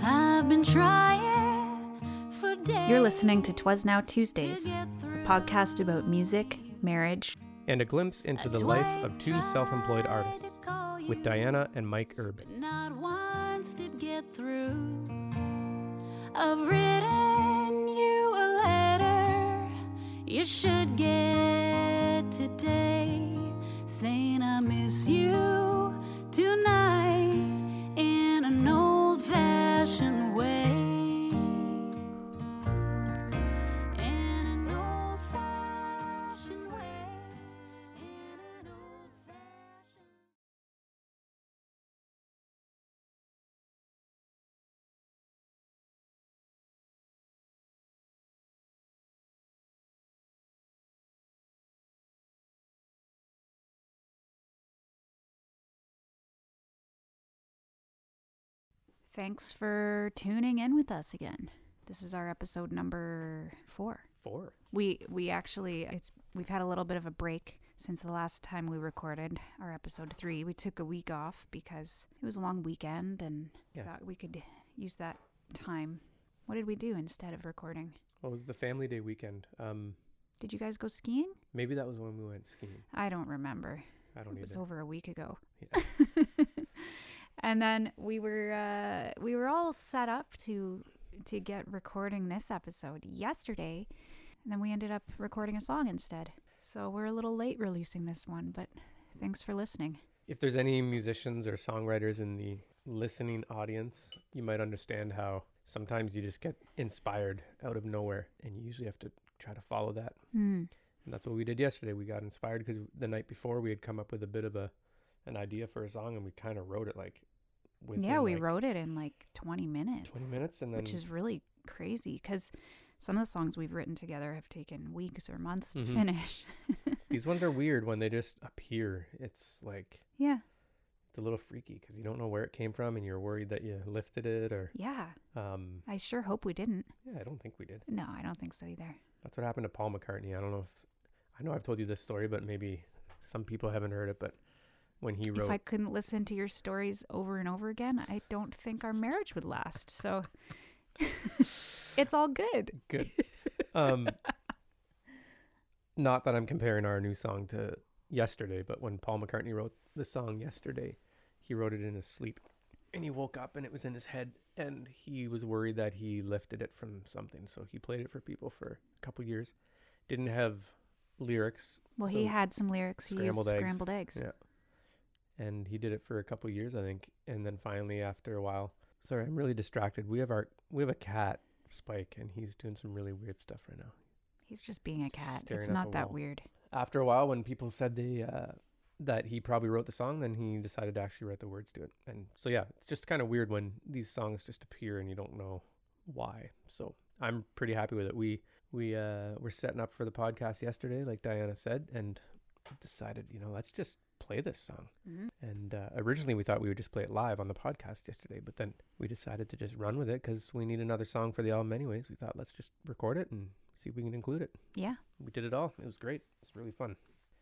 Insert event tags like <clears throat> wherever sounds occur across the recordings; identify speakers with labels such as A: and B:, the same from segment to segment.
A: I've been trying for days.
B: You're listening to Twas Now Tuesdays,
A: to
B: a
A: get through.
B: podcast about music, marriage,
C: and a glimpse into the life of two
A: Twice
C: self employed
A: tried to
C: artists
A: call you,
C: with Diana and Mike
A: but
C: Urban.
A: Not once did get through. I've written you a letter you should get today, saying I miss you tonight in an old fashioned way. In an old-fashioned way. In an old-fashioned-
B: Thanks for tuning in with us again. This is our episode number four.
C: Four.
B: We we actually it's we've had a little bit of a break since the last time we recorded our episode three. We took a week off because it was a long weekend and
C: Yeah.
B: thought we could use that time. What did we do instead of recording?
C: What was the family day weekend? Um,
B: Did you guys go skiing?
C: maybe that was when we went skiing.
B: I don't remember.
C: I don't
B: It was
C: either.
B: over a week ago.
C: <laughs> Yeah.
B: and then we were uh, we were all set up to to get recording this episode yesterday, and then we ended up recording a song instead. So we're a little late releasing this one, but thanks for listening.
C: If there's any musicians or songwriters in the listening audience, you might understand how sometimes you just get inspired out of nowhere and you usually have to try to follow that. And that's what we did yesterday. We got inspired because the night before we had come up with a bit of a an idea for a song and we kind of wrote it like within
B: Yeah, we
C: like
B: wrote it in like 20 minutes.
C: 20 minutes and then
B: which is really crazy because some of the songs we've written together have taken weeks or months to
C: Mhm.
B: finish. <laughs>
C: These ones are weird when they just appear. It's like
B: yeah,
C: it's a little freaky because you don't know where it came from, and you're worried that you lifted it or.
B: yeah.
C: Um,
B: I sure hope we didn't.
C: yeah, I don't think we did.
B: No, I don't think so either.
C: That's what happened to Paul McCartney. I don't know if I know I've told you this story, but maybe some people haven't heard it. But when he wrote,
B: If I couldn't listen to your stories over and over again, I don't think our marriage would last. So <laughs> it's all good.
C: good. Um, not that I'm comparing our new song to yesterday, but when Paul McCartney wrote the song yesterday, he wrote it in his sleep. And he woke up and it was in his head, and he was worried that he lifted it from something. So he played it for people for a couple years. Didn't have lyrics,
B: Well, he
C: So,
B: had some lyrics. He
C: scrambled
B: used
C: eggs.
B: scrambled eggs.
C: Yeah. and he did it for a couple years, I think. And then finally, after a while, sorry, I'm really distracted. We have our we have a cat, Spike, and he's doing some really weird stuff right now.
B: He's just being a cat.
C: Staring
B: it's
C: at
B: not
C: the
B: that
C: wall.
B: weird.
C: after a while when people said they uh, that he probably wrote the song then he decided to actually write the words to it and so yeah it's just kind of weird when these songs just appear and you don't know why so i'm pretty happy with it we we uh were setting up for the podcast yesterday like diana said and decided you know let's just play this song
B: Mhm.
C: and uh, originally we thought we would just play it live on the podcast yesterday but then we decided to just run with it because we need another song for the album anyways we thought let's just record it and see if we can include it
B: Yeah,
C: we did it all it was great it's really fun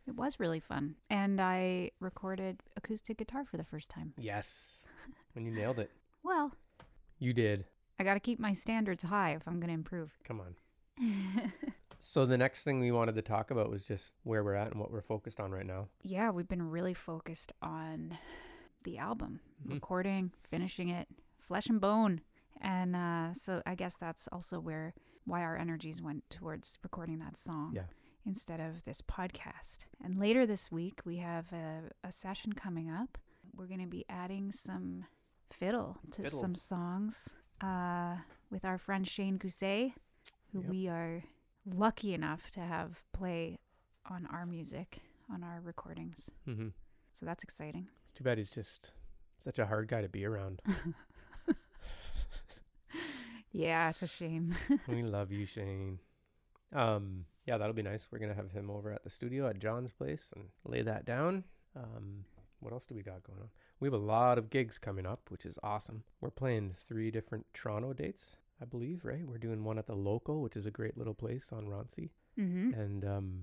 B: it was really fun. And I recorded acoustic guitar for the first time.
C: Yes. and you nailed it.
B: Well,
C: You did.
B: I got to keep my standards high if I'm going to improve.
C: Come on. so the next thing we wanted to talk about was just where we're at and what we're focused on right now.
B: yeah, we've been really focused on the album,
C: Mhm.
B: recording, finishing it, flesh and bone. And uh, so I guess that's also where why our energies went towards recording that song
C: Yeah.
B: instead of this podcast. And later this week, we have a, a session coming up. We're going to be adding some fiddle to
C: Fiddle.
B: some songs uh, with our friend Shane Gousset, who
C: Yep.
B: we are lucky enough to have play on our music on our recordings.
C: Mm-hmm.
B: So that's exciting.
C: It's too bad he's just such a hard guy to be around.
B: Yeah, it's a shame.
C: we love you, Shane. Um, yeah, that'll be nice. We're gonna have him over at the studio at John's place and lay that down. Um, what else do we got going on? We have a lot of gigs coming up, which is awesome. We're playing three different Toronto dates, I believe, right? We're doing one at the Local, which is a great little place on Ronsey,
B: <laughs> Mm-hmm.
C: and um,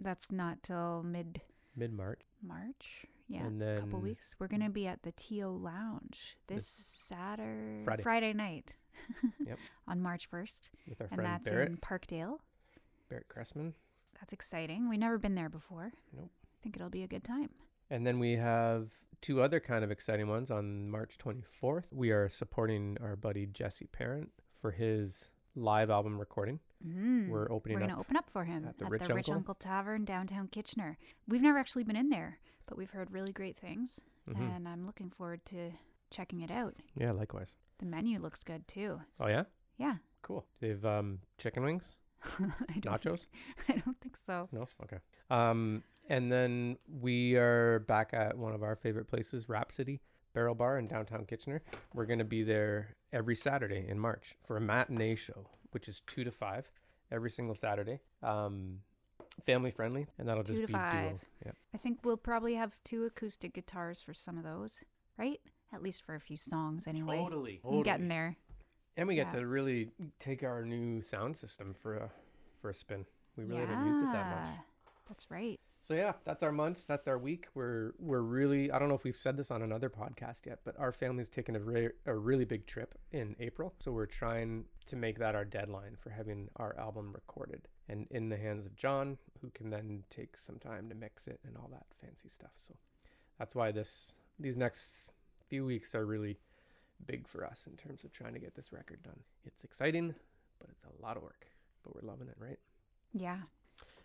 B: That's not till mid
C: mid March.
B: March. Yeah,
C: and
B: a
C: then
B: couple weeks. We're gonna be at the To Lounge this
C: This
B: Saturday,
C: Friday.
B: night. <laughs>
C: Yep.
B: On March first,
C: with our
B: and
C: friend
B: that's
C: Barrett,
B: in Parkdale.
C: Barrett Cressman.
B: That's exciting. We've never been there before.
C: Nope.
B: I think it'll be a good time.
C: And then we have two other kind of exciting ones on March 24th. We are supporting our buddy Jesse Parent for his live album recording.
B: Mm.
C: We're opening
B: We're
C: up.
B: gonna open up for him
C: at the Rich Uncle.
B: Tavern downtown Kitchener. We've never actually been in there, but we've heard really great things,
C: Mhm.
B: and I'm looking forward to checking it out.
C: Yeah, likewise.
B: The menu looks good too.
C: Oh yeah,
B: Yeah. <laughs>
C: cool. They've um, chicken wings,
B: I don't think-
C: nachos.
B: <laughs> I don't think so.
C: No, okay. Um, and then we are back at one of our favorite places, Rhapsody Barrel Bar in downtown Kitchener. We're going to be there every Saturday in March for a matinee show, which is two to five every single Saturday. Um, family friendly, and that'll
B: Two
C: just
B: to
C: be
B: five.
C: duo. Yep.
B: I think we'll probably have two acoustic guitars for some of those, right? At least for a few songs, anyway.
C: Totally,
B: I'm getting there.
C: And we get
B: Yeah.
C: to really take our new sound system for a for a spin. We really didn't use it that much.
B: Yeah, That's right.
C: So yeah, that's our month. That's our week. We're we're really I don't know if we've said this on another podcast yet, but our family's taking a re- a really big trip in April. So we're trying to make that our deadline for having our album recorded and in the hands of John, who can then take some time to mix it and all that fancy stuff. So that's why this these next few weeks are really big for us in terms of trying to get this record done. It's exciting, but it's a lot of work. But we're loving it, right?
B: Yeah.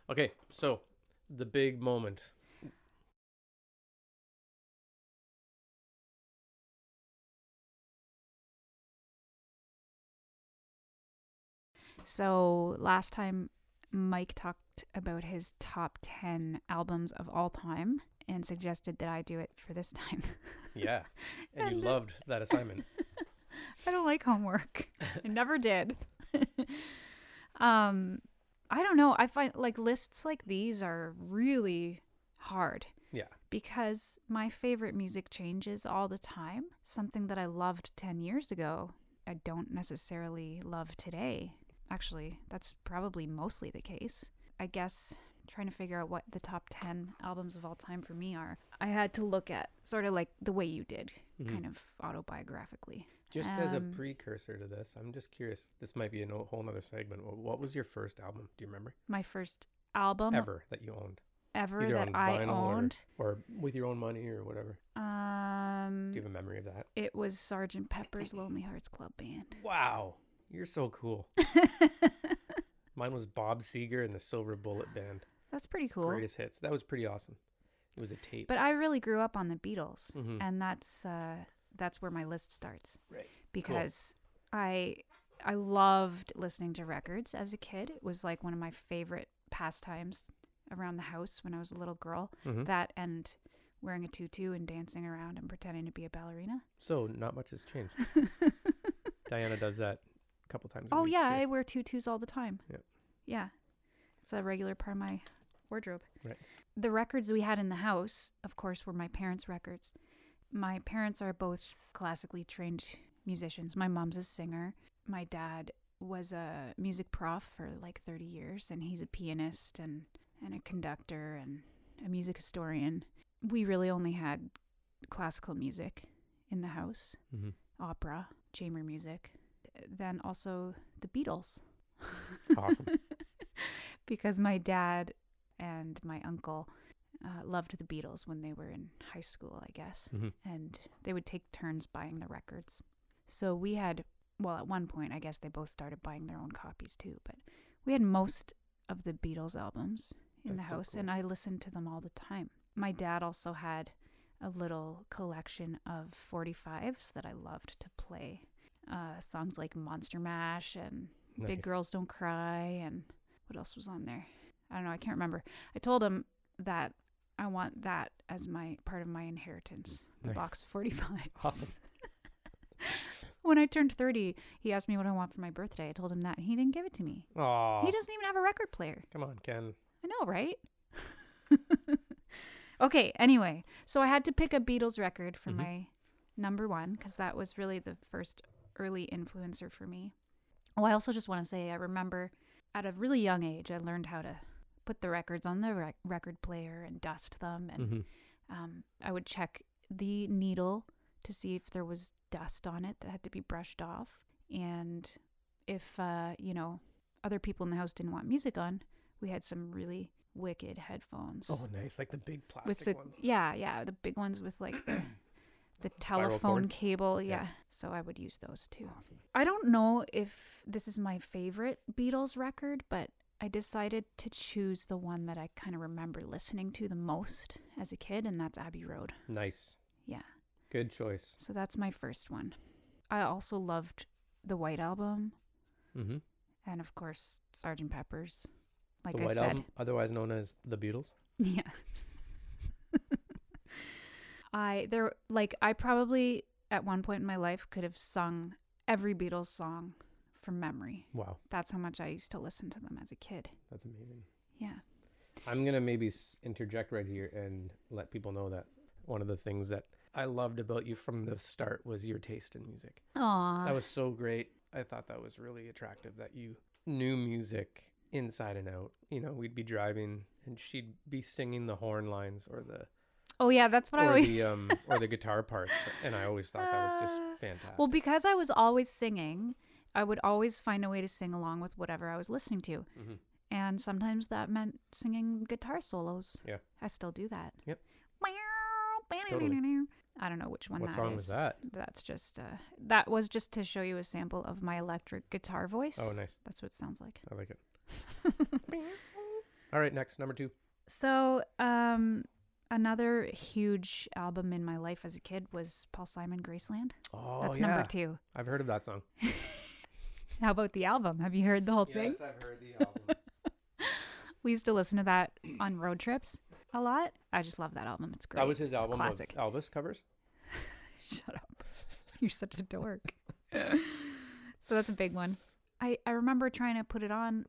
C: Okay, so the big moment.
B: So last time, Mike talked about his top 10 albums of all time and suggested that I do it for this <laughs> time. <laughs>
C: Yeah. And you
B: And- uh,
C: loved that assignment.
B: I don't like homework. I never did. <laughs> um, I don't know. I find like lists like these are really hard.
C: Yeah.
B: because my favorite music changes all the time. Something that I loved 10 years ago, I don't necessarily love today. Actually, that's probably mostly the case. I guess trying to figure out what the top 10 albums of all time for me are, I had to look at sort of like the way you did,
C: Mhm.
B: <laughs> kind of autobiographically.
C: Just as a
B: Um,
C: precursor to this, I'm just curious. This might be a no- whole other segment. Wh- What was your first album? Do you remember?
B: My first album ever,
C: Ever that you owned?
B: Um, that I owned.
C: Or, or with your own money or whatever.
B: Um,
C: Do you have a memory of that?
B: it was Sergeant Pepper's Lonely Hearts Club Band. <laughs>
C: Wow. You're so cool. Mine was Bob Seger and the Silver Bullet Band.
B: That's pretty cool.
C: Greatest hits. That was pretty awesome. It was a tape.
B: But I really grew up on the Beatles,
C: Mhm.
B: and that's uh, that's where my list starts
C: right.
B: because I I loved listening to records as a kid. It was like one of my favorite pastimes around the house when I was a little girl.
C: Mhm.
B: That and wearing a tutu and dancing around and pretending to be a ballerina. <laughs>
C: So not much has changed. Diana does that a couple times a
B: oh
C: week
B: yeah,
C: here.
B: I wear tutus all the time.
C: Yep.
B: Yeah, it's a regular part of my wardrobe.
C: Right.
B: The records we had in the house, of course, were my parents' records. My parents are both classically trained musicians. My mom's a singer. My dad was a music prof for like 30 years, and he's a pianist and and a conductor and a music historian. We really only had classical music in the house
C: Mhm.
B: opera, chamber music, then also the Beatles.
C: Awesome.
B: <laughs> because my dad and my uncle uh, loved the Beatles when they were in high school, I guess,
C: Mhm.
B: and they would take turns buying the records. So we had, well, at one point, I guess they both started buying their own copies too, but we had most of the Beatles albums in
C: That's
B: the
C: so
B: house,
C: cool.
B: and I listened to them all the time. My dad also had a little collection of 45s that I loved to play. Uh, songs like Monster Mash and Big
C: Nice.
B: Girls Don't Cry and what else was on there? I don't know. I can't remember. I told him that I want that as my part of my inheritance, the
C: Nice.
B: box 45.
C: <laughs> Awesome.
B: <laughs> when I turned 30, he asked me what I want for my birthday. I told him that and he didn't give it to me.
C: Aw,
B: He doesn't even have a record player.
C: come on, Ken.
B: I know, right? <laughs> Okay, anyway, so I had to pick a Beatles record for
C: Mhm.
B: my number one because that was really the first early influencer for me. Oh, I also just want to say I remember at a really young age, I learned how to put the records on the rec- record player and dust them. And
C: hmm
B: um, I would check the needle to see if there was dust on it that had to be brushed off. And if, uh, you know, other people in the house didn't want music on, we had some really wicked headphones
C: Oh, nice! Like the big plastic
B: with the
C: ones.
B: yeah yeah the big ones with like
C: <clears throat>
B: the the
C: Spiral
B: telephone
C: cord.
B: cable yeah.
C: Yeah.
B: so i would use those too
C: Awesome.
B: i don't know if this is my favorite beatles record but i decided to choose the one that i kind of remember listening to the most as a kid and that's abbey road
C: Nice.
B: Yeah.
C: Good choice.
B: so that's my first one i also loved the white album
C: Mm-hmm.
B: and of course sergeant peppers like
C: the
B: i
C: White
B: said
C: Album, otherwise known as the Beatles.
B: Yeah. <laughs> I there like I probably at one point in my life could have sung every Beatles song from memory.
C: Wow,
B: That's how much I used to listen to them as a kid.
C: that's amazing.
B: Yeah.
C: I'm gonna maybe s- interject right here and let people know that one of the things that I loved about you from the start was your taste in music.
B: Aw.
C: That was so great. I thought that was really attractive that you knew music inside and out. You know, we'd be driving and she'd be singing the horn lines or the
B: oh yeah, that's what I
C: or
B: always
C: the um or the guitar parts, and I always thought that was
B: <laughs>
C: just
B: Uh,
C: fantastic.
B: Well, because I was always singing, I would always find a way to sing along with whatever I was listening to.
C: Mhm.
B: And sometimes that meant singing guitar solos.
C: Yeah.
B: I still do that.
C: Yep.
B: Totally. I don't know which one
C: What
B: that
C: song was
B: is.
C: that?
B: That's just uh that was just to show you a sample of my electric guitar voice.
C: oh, nice.
B: That's what it sounds like. <laughs>
C: I like it. All right, next number two.
B: So, um another huge album in my life as a kid was Paul Simon Graceland.
C: Oh
B: That's
C: yeah,
B: number 2.
C: I've heard of that song.
B: How about the album? Have you heard the whole thing?
C: I've heard the <laughs> album.
B: We used to listen to that on road trips a lot. I just love that album. It's great.
C: That was his
B: It's
C: album of
B: classic.
C: Elvis covers.
B: <laughs> Shut up. You're such a
C: <laughs>
B: dork. so that's a big one. I, I remember trying to put it on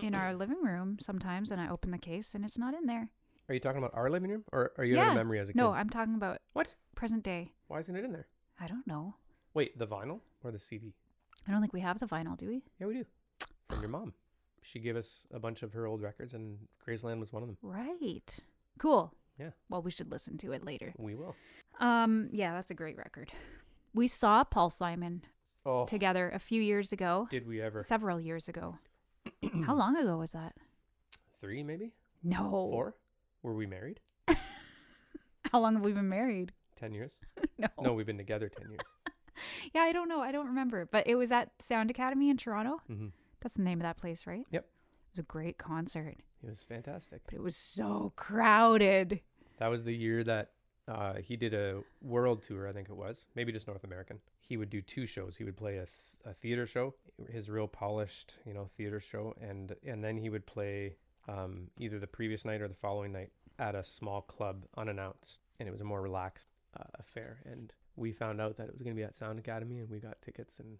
B: in our living room sometimes, and I open the case and it's not in there.
C: Are you talking about our living room, or are you in
B: Yeah.
C: a memory as a kid?
B: No, I'm talking about
C: What?
B: present day.
C: Why isn't it in there?
B: I don't know.
C: Wait, the vinyl or the CD?
B: I don't think we have the vinyl, do we?
C: Yeah, we do. From your mom. She gave us a bunch of her old records, and Graceland was one of them.
B: Right. Cool.
C: Yeah.
B: Well, we should listen to it later.
C: We will.
B: Um, yeah, that's a great record. We saw Paul Simon
C: Oh,
B: together a few years ago.
C: did we ever?
B: Several years ago. How long ago was that?
C: Three, maybe
B: No.
C: four. Were we married?
B: <laughs> How long have we been married? <laughs>
C: Ten years?
B: no.
C: No, we've been together
B: <laughs>
C: ten years.
B: Yeah, I don't know. I don't remember. But it was at Sound Academy in Toronto.
C: hmm
B: That's the name of that place, right?
C: Yep.
B: It was a great concert,
C: It was fantastic.
B: but it was so crowded.
C: That was the year that uh, he did a world tour, I think it was, maybe just North American. He would do two shows. He would play a, th- a theater show, his real polished, you know, theater show, and and then he would play um, either the previous night or the following night at a small club unannounced, and it was a more relaxed uh, affair. And we found out that it was going to be at Sound Academy, and we got tickets, and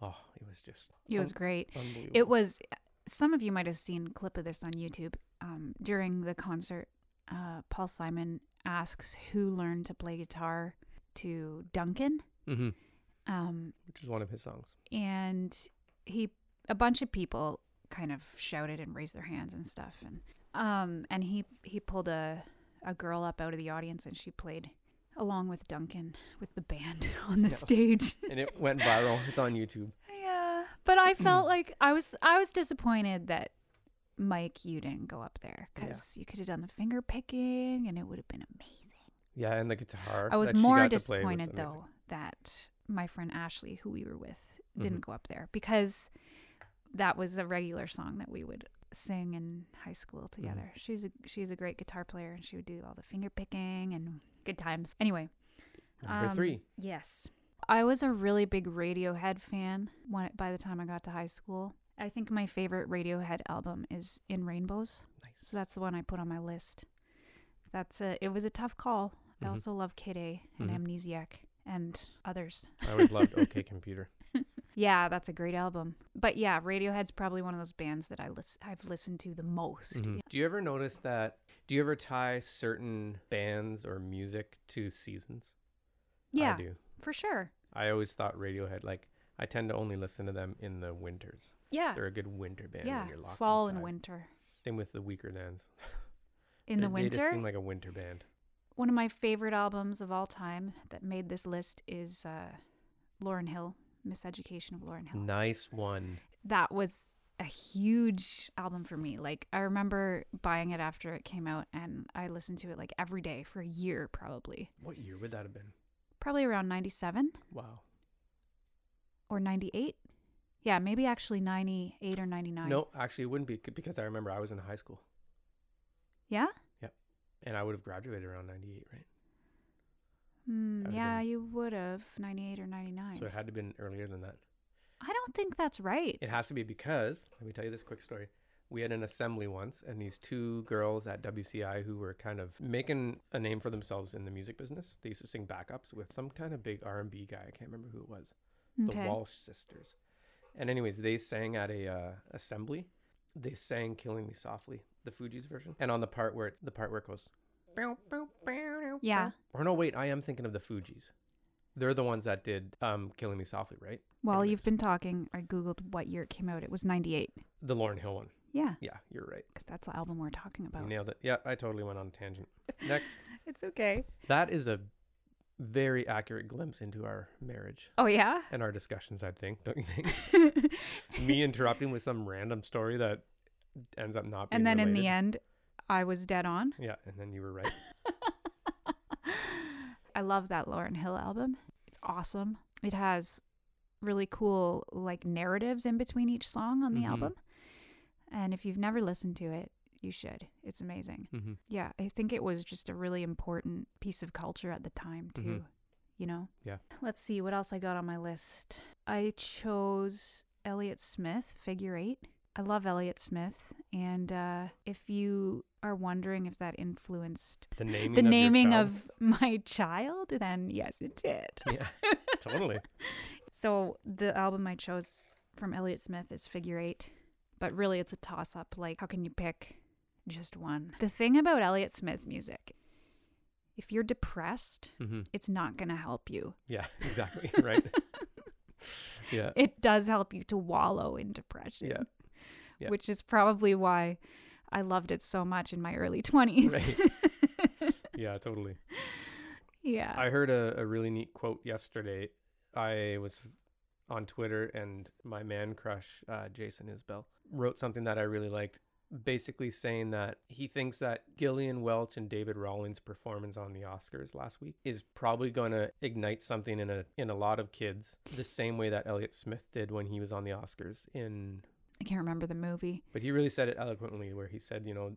C: oh, it was just
B: It was
C: un-
B: great.
C: unbelievable.
B: It was, some of you might have seen a clip of this on YouTube. Um, during the concert, uh, Paul Simon asks who learned to play guitar to Duncan.
C: hmm
B: Um,
C: which is one of his songs.
B: and he a bunch of people kind of shouted and raised their hands and stuff and um and he he pulled a a girl up out of the audience and she played along with Duncan with the band <laughs> on the
C: Yeah.
B: stage.
C: <laughs> And it went viral. It's on YouTube.
B: <laughs> yeah, but
C: <clears throat>
B: I felt like I was I was disappointed that Mike you didn't go up there
C: Yeah.
B: cuz you could have done the finger picking and it would have been amazing.
C: Yeah, and the guitar.
B: I was
C: that she
B: more
C: got to play was
B: disappointed
C: amazing.
B: though that my friend Ashley, who we were with, didn't go up there because that was a regular song that we would sing in high school together. She's a she's a great guitar player and she would do all the finger picking and good times. Anyway,
C: Number
B: um,
C: three.
B: Yes. I was a really big Radiohead fan when by the time I got to high school. I think my favorite Radiohead album is In Rainbows.
C: Nice.
B: <laughs> So that's the one I put on my list. That's a. It was a tough call. I
C: Mhm.
B: also love Kid A and
C: Mhm.
B: Amnesiac and others. <laughs>
C: I always loved OK Computer.
B: Yeah, that's a great album. But yeah, Radiohead's probably one of those bands that I lis- I've listened to the most.
C: Mhm. Do you ever notice that? Do you ever tie certain bands or music to seasons?
B: Yeah,
C: I do.
B: for sure.
C: I always thought Radiohead, like, I tend to only listen to them in the winters.
B: Yeah.
C: They're a good winter band
B: Ah. Yeah.
C: when you're locked
B: Fall and
C: inside.
B: winter.
C: Same with the Weaker Thans.
B: In
C: They-
B: the
C: They just
B: winter,
C: seem like a winter band.
B: one of my favorite albums of all time that made this list is uh, Lauren Hill, Miseducation of Lauren Hill.
C: Nice one.
B: That was a huge album for me. Like, I remember buying it after it came out, and I listened to it like every day for a year, probably.
C: What year would that have been?
B: Probably around 97
C: Wow.
B: or 98. Yeah, maybe actually 98 or 99.
C: No, actually, it wouldn't be c- because I remember I was in high school
B: Yeah?
C: and I would have graduated around 98, right?
B: Mm,
C: That would've
B: yeah,
C: been-
B: you would have 98 or 99.
C: So it had to have been earlier than that.
B: I don't think that's right.
C: It has to be because, let me tell you this quick story. We had an assembly once, and these two girls at WCI who were kind of making a name for themselves in the music business. They used to sing backups with some kind of big R and B guy. I can't remember who it was.
B: okay.
C: The Walsh sisters. And anyways, they sang at a uh, assembly. They sang "Killing Me Softly," the Fuji's version, and on the part where it, the part where it goes, "Bow, bow, bow, bow,
B: Yeah.
C: bow." Or no, wait, I am thinking of the Fuji's. They're the ones that did um, "Killing Me Softly," right?
B: While
C: Anyways,
B: you've been talking, I Googled what year it came out. It was 98.
C: the Lauren Hill one.
B: Yeah,
C: Yeah, you're right.
B: because that's the album we're talking
C: You
B: about.
C: nailed it. Yeah, I totally went on a tangent. Next. <laughs>
B: It's okay.
C: that is a very accurate glimpse into our marriage
B: Oh, yeah? <laughs>
C: and our discussions, I think, don't you think? Me interrupting with some random story that ends up not being
B: and then in the
C: related.
B: end, I was dead on.
C: Yeah, and then you
B: <laughs>
C: were right.
B: I love that Lauren Hill album. It's awesome. It has really cool like narratives in between each song on the
C: Mhm.
B: album. And if you've never listened to it, you should. It's amazing.
C: mm-hmm.
B: Yeah, I think it was just a really important piece of culture at the time too.
C: Mhm.
B: You know?
C: Yeah.
B: Let's see what else I got on my list. I chose Elliott Smith, Figure Eight. I love Elliott Smith. And uh, if you are wondering if that influenced
C: The naming
B: the
C: of your
B: naming
C: child.
B: of <laughs> my child, then yes, it did.
C: Yeah,
B: <laughs>
C: totally.
B: So the album I chose from Elliott Smith is Figure Eight, but really it's a toss up. Like, how can you pick just one? The thing about Elliott Smith music, if you're depressed,
C: Mm-hmm.
B: it's not going to help you.
C: Yeah,
B: <laughs>
C: exactly. Right. yeah.
B: It does help you to wallow in depression, <laughs>
C: Yeah. Yeah.
B: which is probably why I loved it so much in my early 20s.
C: Yeah, totally.
B: <laughs> yeah.
C: I heard a, a really neat quote yesterday. I was on Twitter, and my man crush, uh, Jason Isbell, wrote something that I really liked, basically saying that he thinks that Gillian Welch and David Rawlings' performance on the Oscars last week is probably going to ignite something in a in a lot of kids, the same way that Elliot Smith did when he was on the Oscars in
B: I can't remember the movie.
C: but he really said it eloquently where he said you know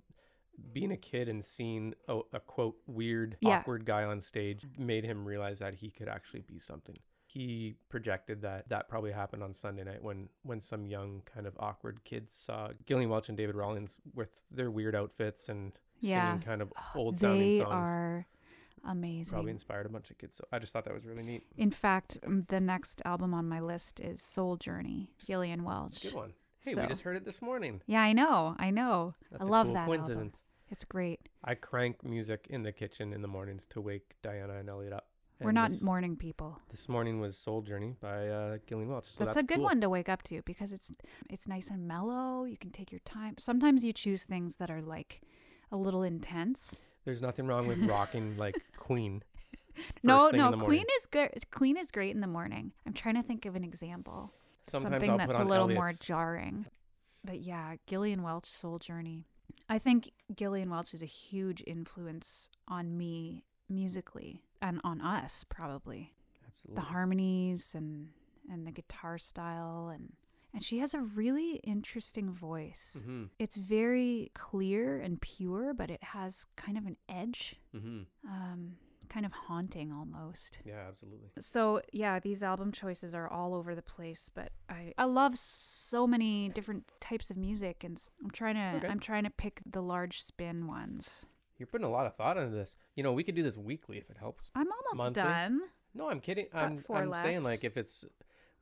C: being a kid and seeing a, a quote weird
B: Yeah.
C: awkward guy on stage made him realize that he could actually be something he projected that that probably happened on sunday night when when some young kind of awkward kids saw gillian welch and david rawlings with their weird outfits and
B: Yeah.
C: singing kind of
B: Oh,
C: old sounding
B: they
C: songs
B: are amazing.
C: probably inspired a bunch of kids so i just thought that was really neat
B: In fact, um, the next album on my list is Soul Journey, Gillian
C: It's
B: Welch.
C: a good one hey
B: So-
C: we just heard it this morning
B: Yeah, I know. I know.
C: That's
B: I
C: a
B: love
C: cool
B: that album.
C: coincidence
B: It's great.
C: I crank music in the kitchen in the mornings to wake Diana and Elliot up.
B: We're
C: And
B: not
C: This,
B: morning people.
C: this morning was Soul Journey by uh, Gillian Welch. So
B: that's, a good
C: cool.
B: one to wake up to because it's it's nice and mellow. You can take your time. Sometimes you choose things that are like a little intense.
C: There's nothing wrong with rocking
B: <laughs>
C: like Queen. first
B: no,
C: thing in
B: no,
C: the
B: Queen
C: morning.
B: is good. Queen is great in the morning. I'm trying to think of an example.
C: Sometimes
B: something
C: I'll
B: that's
C: put
B: a
C: on
B: little more
C: Elliot's-
B: jarring. But yeah, Gillian Welch Soul Journey. I think Gillian Welch is a huge influence on me musically and on us probably. The
C: Absolutely.
B: harmonies and and the guitar style and and she has a really interesting voice.
C: Mhm,
B: It's very clear and pure, but it has kind of an edge,
C: mhm.
B: um, kind of haunting almost.
C: Yeah, absolutely.
B: So yeah, these album choices are all over the place, but I I love so many different types of music, and s- I'm trying to
C: It's okay.
B: I'm trying to pick the large spin ones.
C: You're putting a lot of thought into this. You know, we could do this weekly if it helps.
B: I'm almost
C: Monthly?
B: done.
C: No, I'm kidding.
B: Got
C: I'm,
B: four
C: I'm saying
B: left.
C: like if it's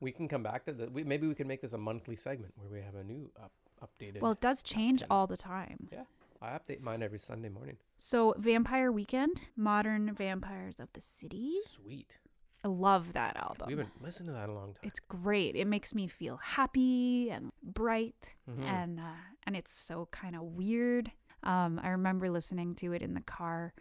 C: We can come back to the. We, maybe we can make this a monthly segment where we have a new up, updated.
B: Well, it does change
C: Ten.
B: all the time.
C: I update mine every Sunday morning.
B: So, Vampire Weekend, Modern Vampires of the City.
C: Sweet.
B: I love that
C: We
B: album.
C: haven't listened to that in a long time.
B: It's great. It makes me feel happy and bright,
C: Mhm.
B: and uh, and it's so kind of weird. Um, I remember listening to it in the car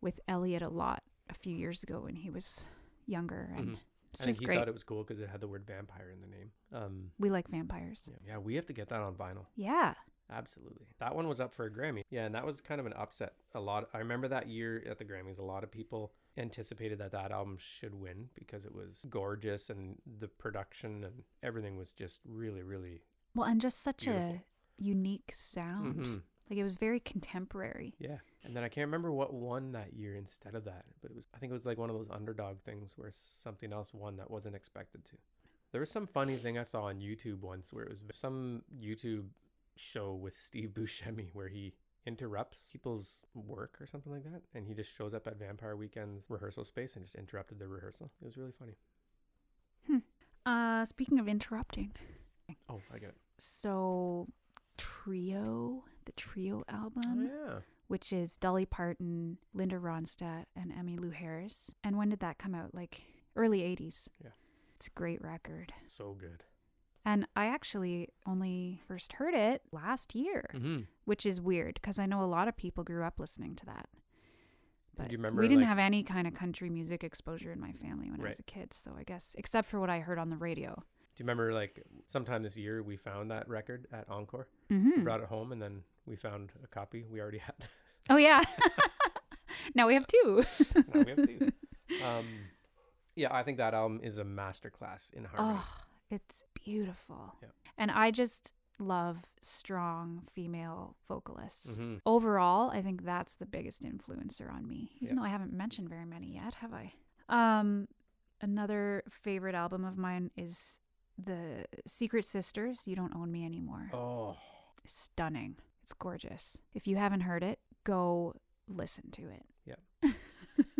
B: with Elliot a lot a few years ago when he was younger, and
C: Mhm.
B: it's
C: I think
B: just
C: he
B: great.
C: thought it was cool because it had the word vampire in the name. Um,
B: we like vampires.
C: yeah, yeah, we have to get that on vinyl.
B: Yeah.
C: Absolutely. That one was up for a Grammy. Yeah, and that was kind of an upset. A lot I remember that year at the Grammys, a lot of people anticipated that that album should win because it was gorgeous and the production and everything was just really really
B: Well, and just such
C: Beautiful.
B: a unique sound.
C: Mhm.
B: Like it was very contemporary.
C: Yeah. And then I can't remember what won that year instead of that, but it was I think it was like one of those underdog things where something else won that wasn't expected to. There was some funny thing I saw on YouTube once where it was some YouTube show with Steve Buscemi where he interrupts people's work or something like that and he just shows up at Vampire Weekend's rehearsal space and just interrupted their rehearsal. It was really funny.
B: Uh, speaking of interrupting,
C: Oh, I get it.
B: so Trio, the Trio album,
C: Oh, yeah.
B: which is Dolly Parton, Linda Ronstadt, and Emmy Lou Harris. And when did that come out? Like early 80s.
C: Yeah.
B: It's a great record.
C: So good.
B: And I actually only first heard it last year,
C: Mhm.
B: which is weird because I know a lot of people grew up listening to that. But
C: do you remember
B: we didn't
C: like-
B: have any kind of country music exposure in my family when I was
C: Right.
B: a kid, so I guess except for what I heard on the radio.
C: Do you remember like sometime this year we found that record at Encore? We
B: Mm-hmm.
C: brought it home and then we found a copy we already had.
B: Oh yeah. <laughs> now we have two.
C: now we have two.
B: <laughs>
C: Um, yeah, I think that album is a masterclass in harmony.
B: Oh, it's beautiful.
C: Yep.
B: And I just love strong female vocalists.
C: Mhm.
B: Overall, I think that's the biggest influencer on me. Even
C: Yep.
B: though I haven't mentioned very many yet, have I? Um another favorite album of mine is the Secret Sisters, You Don't Own Me Anymore.
C: Oh,
B: Stunning. It's gorgeous. If you haven't heard it, go listen to it.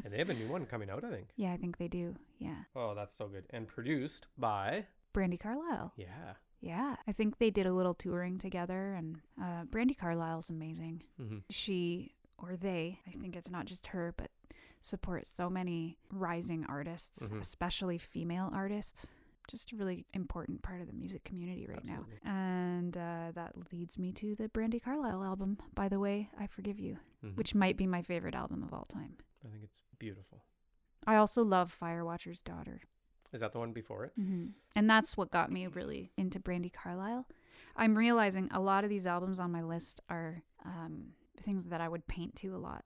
C: and they have a new one coming out, I think.
B: Yeah, I think they do. Yeah.
C: Oh, that's so good. And produced by,
B: Brandy Carlisle.
C: yeah.
B: Yeah, I think they did a little touring together, and uh, Brandy Carlisle's amazing.
C: Mhm.
B: She or they, I think it's not just her, but support so many rising artists,
C: Mhm.
B: especially female artists. Just a really important part of the music community right
C: Absolutely.
B: now. And uh, that leads me to the Brandy Carlisle album, by the way, I Forgive You,
C: Mhm.
B: which might be my favorite album of all time.
C: I think it's beautiful.
B: I also love Firewatcher's Daughter.
C: Is that the one before it?
B: hmm And that's what got me really into Brandy Carlisle. I'm realizing a lot of these albums on my list are um, things that I would paint to a lot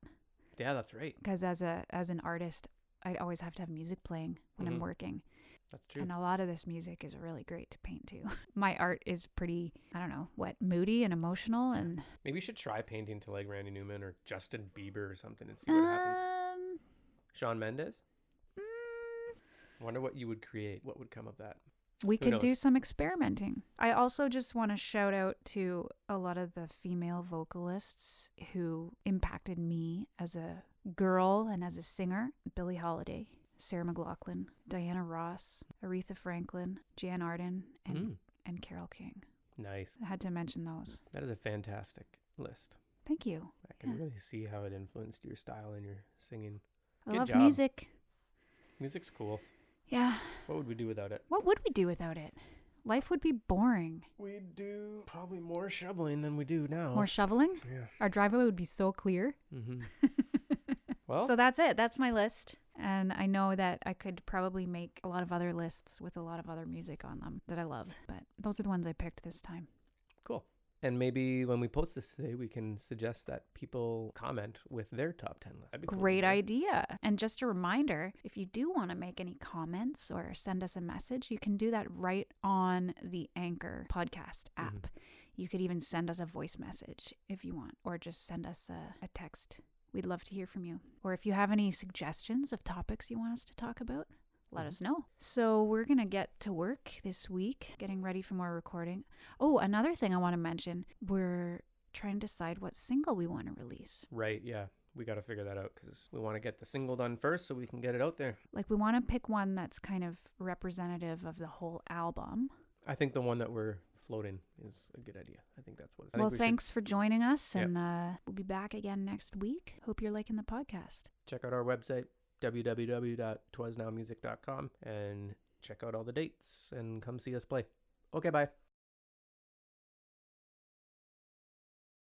C: Yeah, that's right.
B: because as a as an artist, I always have to have music playing when
C: Mhm.
B: I'm working,
C: That's true.
B: and a lot of this music is really great to paint to. <laughs> my art is pretty, I don't know, what moody and emotional, and
C: Maybe you should try painting to like Randy Newman or Justin Bieber or something and see what happens.
B: um,
C: Sean Mendes?
B: mm,
C: Wonder what you would create. What would come of that?
B: we
C: Who
B: could do
C: knows?
B: some experimenting. I also just want to shout out to a lot of the female vocalists who impacted me as a girl and as a singer Billie Holiday, Sarah McLaughlin, Diana Ross, Aretha Franklin, Jan Arden, and,
C: Mm.
B: and Carol King.
C: Nice.
B: I had to mention those.
C: That is a fantastic list.
B: Thank you.
C: I can
B: Yeah.
C: really see how it influenced your style and your singing.
B: I
C: Good
B: love
C: job.
B: music.
C: Music's cool.
B: Yeah.
C: What would we do without it?
B: What would we do without it? Life would be boring.
C: We do probably more shoveling than we do now.
B: More shoveling.
C: yeah.
B: Our driveway would be so clear. <laughs>
C: hmm well,
B: so that's it. That's my list. And I know that I could probably make a lot of other lists with a lot of other music on them that I love, but those are the ones I picked this time.
C: cool. And maybe when we post this today, we can suggest that people comment with their top 10 list. That'd be cool,
B: Great
C: right?
B: idea. And just a reminder if you do want to make any comments or send us a message, you can do that right on the Anchor podcast
C: Mm-hmm.
B: app. You could even send us a voice message if you want, or just send us a, a text. We'd love to hear from you. Or if you have any suggestions of topics you want us to talk about, let
C: Mhm.
B: us know. So we're going to get to work this week, getting ready for more recording. Oh, another thing I want to mention we're trying to decide what single we want to release.
C: Right, yeah. we got to figure that out because we want to get the single done first so we can get it out there.
B: Like we want to pick one that's kind of representative of the whole album.
C: I think the one that we're floating is a good idea. I think that's what it's. I think
B: well,
C: we should
B: thanks for joining us,
C: Yeah.
B: and uh, we'll be back again next week. Hope you're liking the podcast.
C: Check out our website www.twasnowmusic.com and check out all the dates and come see us play. Okay, bye.